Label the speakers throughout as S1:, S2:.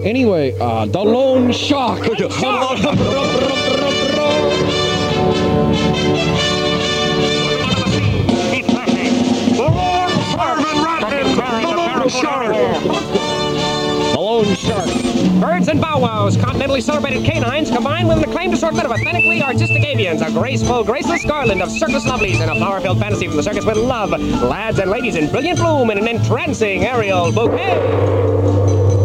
S1: Anyway, uh, the Lone Shark. The Lone Shark.
S2: Birds and bow wows, continentally celebrated canines, combined with an acclaimed assortment of authentically artistic avians, a graceful, graceless garland of circus lovelies, and a flower-filled fantasy from the circus with love, lads and ladies in brilliant bloom, and an entrancing aerial bouquet.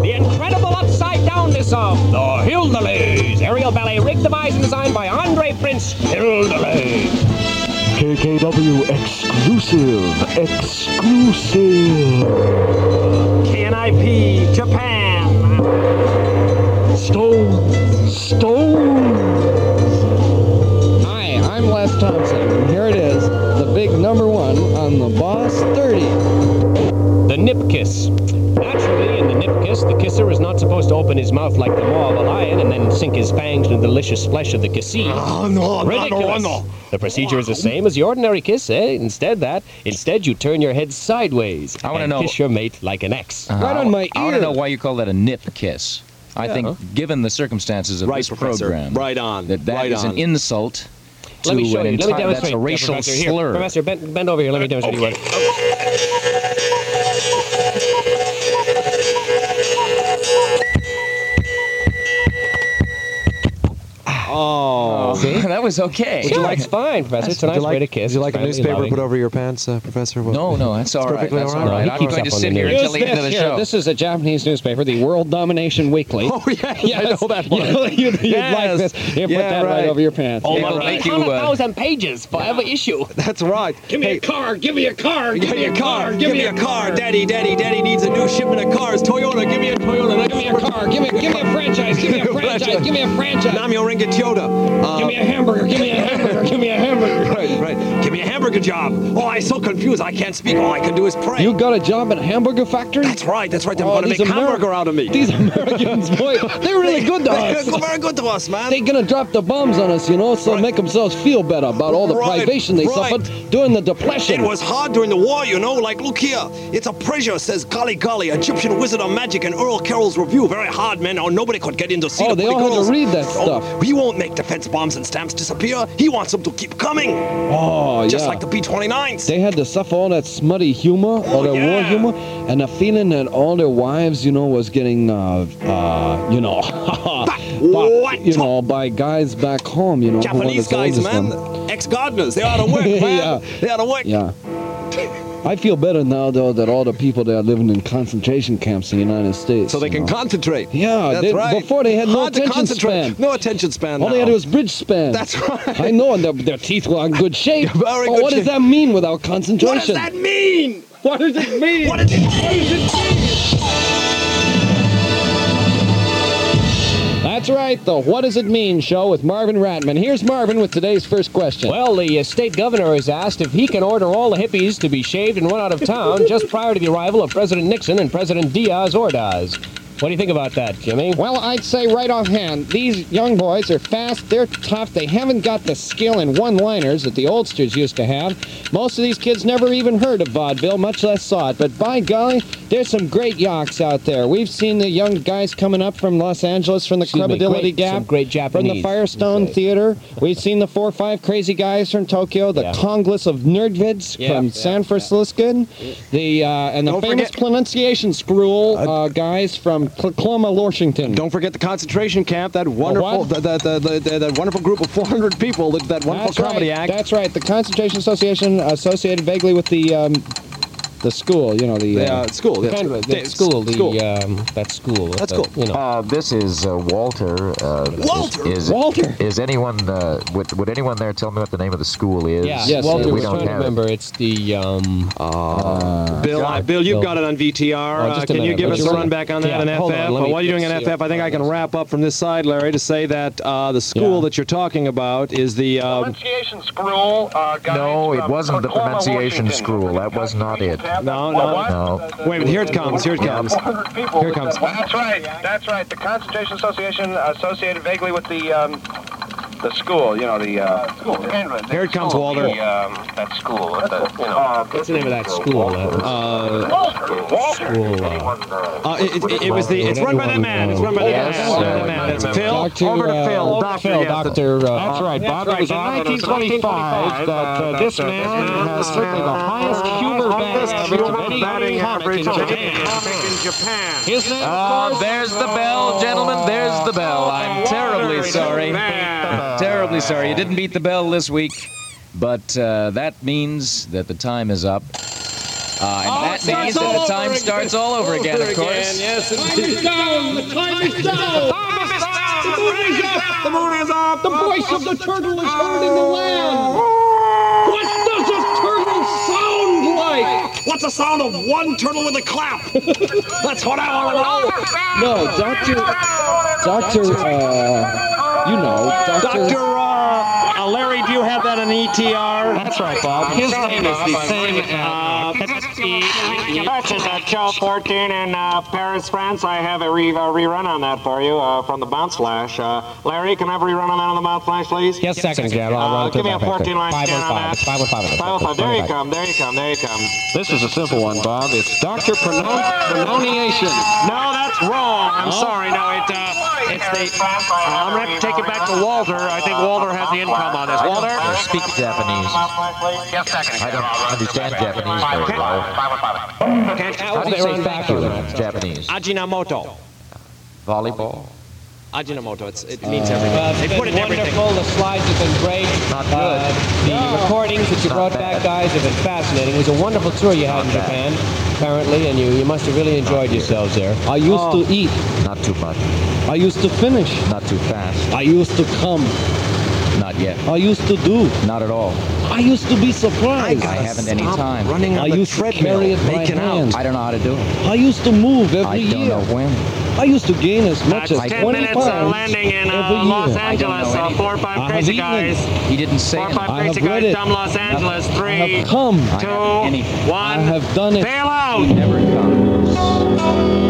S2: The incredible upside-downness of the Hilderlays, aerial ballet rigged, devised, and designed by Andre Prince Hilderlay.
S3: KKW exclusive, exclusive.
S2: KNIP, Japan.
S3: Stone, stone.
S1: Hi, I'm Les Thompson, and here it is, the big number one on the Boss 30.
S2: The nip kiss. Naturally, in the nip kiss, the kisser is not supposed to open his mouth like the maw of a lion and then sink his fangs into the delicious flesh of the kissee.
S3: no,
S2: Ridiculous.
S1: Oh,
S2: The procedure is the same as the ordinary kiss, eh? Instead, that instead you turn your head sideways
S4: I wanna
S2: and
S4: know- Uh-huh.
S2: kiss your mate like an X.
S1: Right on my
S4: I want
S1: ear.
S4: to know why you call that a nip kiss. I think, given the circumstances of
S5: Right,
S4: this
S5: Professor.
S4: program,
S5: Right on.
S4: that that
S5: Right
S4: is
S5: on.
S4: an insult to
S2: Let me show you. Let
S4: an
S2: me
S4: entire- that's
S2: demonstrate.
S4: a
S2: uh,
S4: racial
S2: professor, here.
S4: slur.
S2: Professor, bend, bend over here. Let me demonstrate you one.
S5: Oh.
S4: that was okay.
S2: Would you like? It's fine, Professor. It's a
S6: Would
S2: nice
S6: you like,
S2: way to kiss.
S6: would you like
S2: It's
S6: a
S2: friendly,
S6: newspaper
S2: loving.
S6: put over your pants, uh, Professor? What-
S4: No, no, that's all right.
S6: perfectly
S4: That's
S6: all
S4: all
S6: right.
S4: right.
S2: He
S4: I'm going
S2: keeps
S4: to
S2: up on
S4: sit
S2: the
S4: here
S2: news.
S4: until the end of the
S1: here.
S4: show.
S1: This is a Japanese newspaper, the World Domination Weekly.
S6: Oh yeah,
S1: yes.
S6: I know that one.
S1: You, you'd, you'd like
S6: Yes.
S1: this. You put
S6: Yeah,
S1: that right. Oh,
S6: right.
S1: over your pants.
S2: Oh,
S4: It will make you, uh,
S2: pages for every issue.
S6: That's right.
S1: Give me a car. Give me a car.
S5: Give me a car. Give me a car. Daddy, daddy, daddy needs a new shipment of cars. Toyota, give me a Toyota.
S1: Give me a car. Give me, give me a franchise. Give me a franchise. Give me a franchise.
S5: Namio Ringa Toyota. Uh,
S1: Give me a hamburger. Give me a hamburger. Give me a hamburger.
S5: right, right. Give me a hamburger job. Oh, I'm so confused. I can't speak. All I can do is pray.
S1: You got a job at a hamburger factory?
S5: That's right. That's right. They're
S1: Oh,
S5: going to
S1: these
S5: make
S1: Ameri-
S5: hamburger out of me.
S1: These Americans, boy, they're really good to
S5: They're
S1: us.
S5: very good to us, man.
S1: They're gonna drop the bombs on us, you know, so
S5: Right.
S1: make themselves feel better about all the
S5: Right,
S1: privation they
S5: right.
S1: suffered during the depression.
S5: It was hard during the war, you know. Like, look here. It's a pleasure, says Golly Golly, Egyptian Wizard of Magic and Earl Carroll's review. Very hard, man. Oh, nobody could get in to see
S1: Oh,
S5: the
S1: they
S5: pretty
S1: all had to
S5: girls.
S1: read that
S5: Oh,
S1: stuff.
S5: He won't make defense bombs and stamps disappear. He wants them to keep coming,
S1: oh,
S5: just
S1: yeah.
S5: like the B-29s.
S1: they had to suffer all that smutty humor, all that war
S5: yeah.
S1: humor, and the feeling that all their wives, you know, was getting, uh, uh, you know,
S5: what?
S1: you know, by guys back home, you know, who wanted
S5: Japanese
S1: to
S5: guys,
S1: own this
S5: man.
S1: one.
S5: Ex-gardeners. They ought to work, man.
S1: Yeah.
S5: They ought to work.
S1: Yeah. I feel better now, though, that all the people that are living in concentration camps in the United States.
S5: So they
S1: you
S5: can
S1: know.
S5: concentrate.
S1: Yeah,
S5: That's
S1: they-
S5: right.
S1: before they had no
S5: Hard to
S1: attention
S5: concentrate.
S1: span.
S5: No attention span.
S1: All
S5: now.
S1: they had was bridge span.
S5: That's right.
S1: I know, and their, their teeth were in good shape.
S5: Very
S1: but
S5: good
S1: what
S5: shape.
S1: does that mean without concentration?
S5: What does that mean?
S1: What does it mean?
S5: What does it mean?
S1: That's right, the What Does It Mean show with Marvin Ratman. Here's Marvin with today's first question.
S2: Well, the uh, state governor has asked if he can order all the hippies to be shaved and run out of town just prior to the arrival of President Nixon and President Diaz Ordaz. What do you think about that, Jimmy?
S1: Well, I'd say right offhand, these young boys are fast, they're tough, they haven't got the skill and one liners that the oldsters used to have. Most of these kids never even heard of vaudeville, much less saw it, but by golly, there's some great yaks out there. We've seen the young guys coming up from Los Angeles from the
S2: Excuse me,
S1: Credibility
S2: great-
S1: Gap,
S2: some great
S1: from the
S2: Japanese,
S1: Firestone
S2: you say.
S1: Theater. We've seen the four or five crazy guys from Tokyo, the
S2: Yeah.
S1: Congress of Nerdvids
S2: Yeah,
S1: from
S2: yeah,
S1: San Francisco, the uh, and the
S6: Don't
S1: famous
S6: forget-
S1: pronunciation screw uh, guys from Tacoma, Washington.
S6: Don't forget the concentration camp. That wonderful,
S1: what?
S6: that that that that- that wonderful group of 400 people. That, that wonderful comedy
S1: right.
S6: act.
S1: That's right. The Concentration Association associated vaguely with the um, the school. You know the.
S6: the, uh, school. yeah,
S2: Kind of the school, the, um, that school.
S6: That's
S2: the-
S6: cool.
S2: You know.
S7: Uh, this is uh, Walter. Uh,
S5: Walter?
S7: Is, is,
S1: Walter.
S7: Is anyone? Uh, would, would anyone there tell me what the name of the school is?
S2: yeah,
S1: Yes,
S2: Walter
S1: we
S2: was
S1: don't
S2: trying to
S7: have it.
S2: remember. It's the um,
S6: Bill, I, Bill, you've
S2: Bill.
S6: got it on VTR.
S2: Oh,
S6: uh,
S2: just a
S6: can you
S2: minute.
S6: give
S2: Would
S6: us
S2: you
S6: a
S2: mind?
S6: run back on that
S2: Yeah,
S6: and
S2: hold
S6: FF?
S2: on, let me
S6: while you're doing an
S2: just see
S6: FF, I think I can wrap up from this side, Larry, to say that uh, the school
S1: Yeah.
S6: that you're talking about is the. Um,
S8: pronunciation scroll. Uh, guys
S7: No, it
S8: from
S7: wasn't the
S8: Tacoma,
S7: pronunciation
S8: Washington.
S7: scroll. That was not it.
S6: No,
S8: Well,
S6: no.
S8: what?
S7: No.
S6: Wait a minute, here it comes, here it comes.
S8: 400 people.
S6: Here it comes.
S8: That's right. That's right. The Concentration Association associated vaguely with the um, the school, you know, the uh, school. Here
S1: it comes, Walter.
S8: The, um, that school, the, you know.
S1: What's the name of
S6: Oh,
S1: that school? Uh, school. Uh,
S5: Uh, it, it, it was the. It's run by that man. It's run by that
S1: Yes,
S5: man. It's run by
S1: sir.
S5: that man. It's Phil.
S1: Doctor,
S5: Over to
S1: uh,
S5: Phil.
S1: over
S5: Doctor.
S1: Phil,
S5: yes.
S1: Doctor, uh,
S9: That's right, Bob. It was on in 1925 that uh, this man has certainly the highest Huber batting average of any
S8: batting
S9: comic in Japan. His name,
S4: Ah,
S9: of course,
S4: there's the bell, gentlemen. There's the
S8: Oh,
S4: bell. I'm terribly sorry. Terribly sorry. You didn't beat the bell this week, but uh, that means that the time is up. Uh,
S8: Oh,
S4: and that means that the time starts all over again, of course.
S1: the voice of the turtle is heard in the land. What does a turtle sound like?
S5: What's the sound of one turtle with a clap? That's what I want to know.
S1: No, Doctor, Doctor, uh, you know,
S5: Doctor uh, uh, Larry, do you have that E on ETR?
S9: That's right, Bob. His name is the same
S8: Patches at Channel 14 in uh, Paris, France. I have a, re- a rerun on that for you uh, from the Bounce Flash. Uh, Larry, can I have a rerun on that on the Bounce Flash, please?
S9: Yes, seconds, yeah. I'll
S8: Uh,
S9: run through
S8: give me a
S9: that back there. oh
S8: 14 line scan on
S9: 515.
S8: that.
S9: It's 515.
S8: 505. There you come. There you come. There you come.
S6: This is a simple one, Bob. It's Dr. Pronoun- Pronunciation.
S8: No, that's wrong. I'm sorry. No, it, uh, it's the. Uh, I'm going to have to take it back to Walter. I think Walter has the income on this. Walter?
S7: I speak Japanese.
S8: Yes, second.
S7: I don't understand Japanese very well. How do you say thank you in Japanese?
S5: Ajinomoto.
S7: Volleyball.
S5: Ajinomoto. It's, it means everything.
S1: Uh, it's
S5: They
S1: been
S5: put it in everything.
S1: wonderful. The slides have been great.
S7: Not
S1: Uh, the recordings that you brought back, guys, have been fascinating. It was a wonderful tour you had in Japan, apparently, and you, you must have really enjoyed yourselves there. I used
S9: Oh.
S1: to eat.
S7: Not too much.
S1: I used to finish.
S7: Not too fast.
S1: I used to come.
S4: Not yet.
S1: I used to do.
S4: Not at all.
S1: I used to be surprised.
S4: I haven't any time.
S5: Running
S1: I
S5: on the
S1: used to carry
S5: treadmill,
S1: it by
S5: making out.
S1: hand.
S4: I don't know how to do it.
S1: I used to move every
S4: I don't
S1: year.
S4: know when.
S1: I used to gain as much as
S8: 10
S1: 20
S8: minutes uh,
S1: pounds
S8: landing in
S1: every year.
S8: uh, Los
S1: I don't
S8: Angeles.
S4: know
S8: Uh,
S4: anything.
S8: four or
S1: I
S8: five
S1: have
S8: crazy
S1: eaten.
S8: guys.
S4: He didn't say
S8: Four or
S4: anything.
S8: five
S1: I
S8: crazy
S1: have read it.
S8: guys. Dumb Los Angeles. Three,
S1: Come.
S8: two,
S4: anything.
S8: one.
S1: I have done it.
S8: Bail out.
S4: Never come.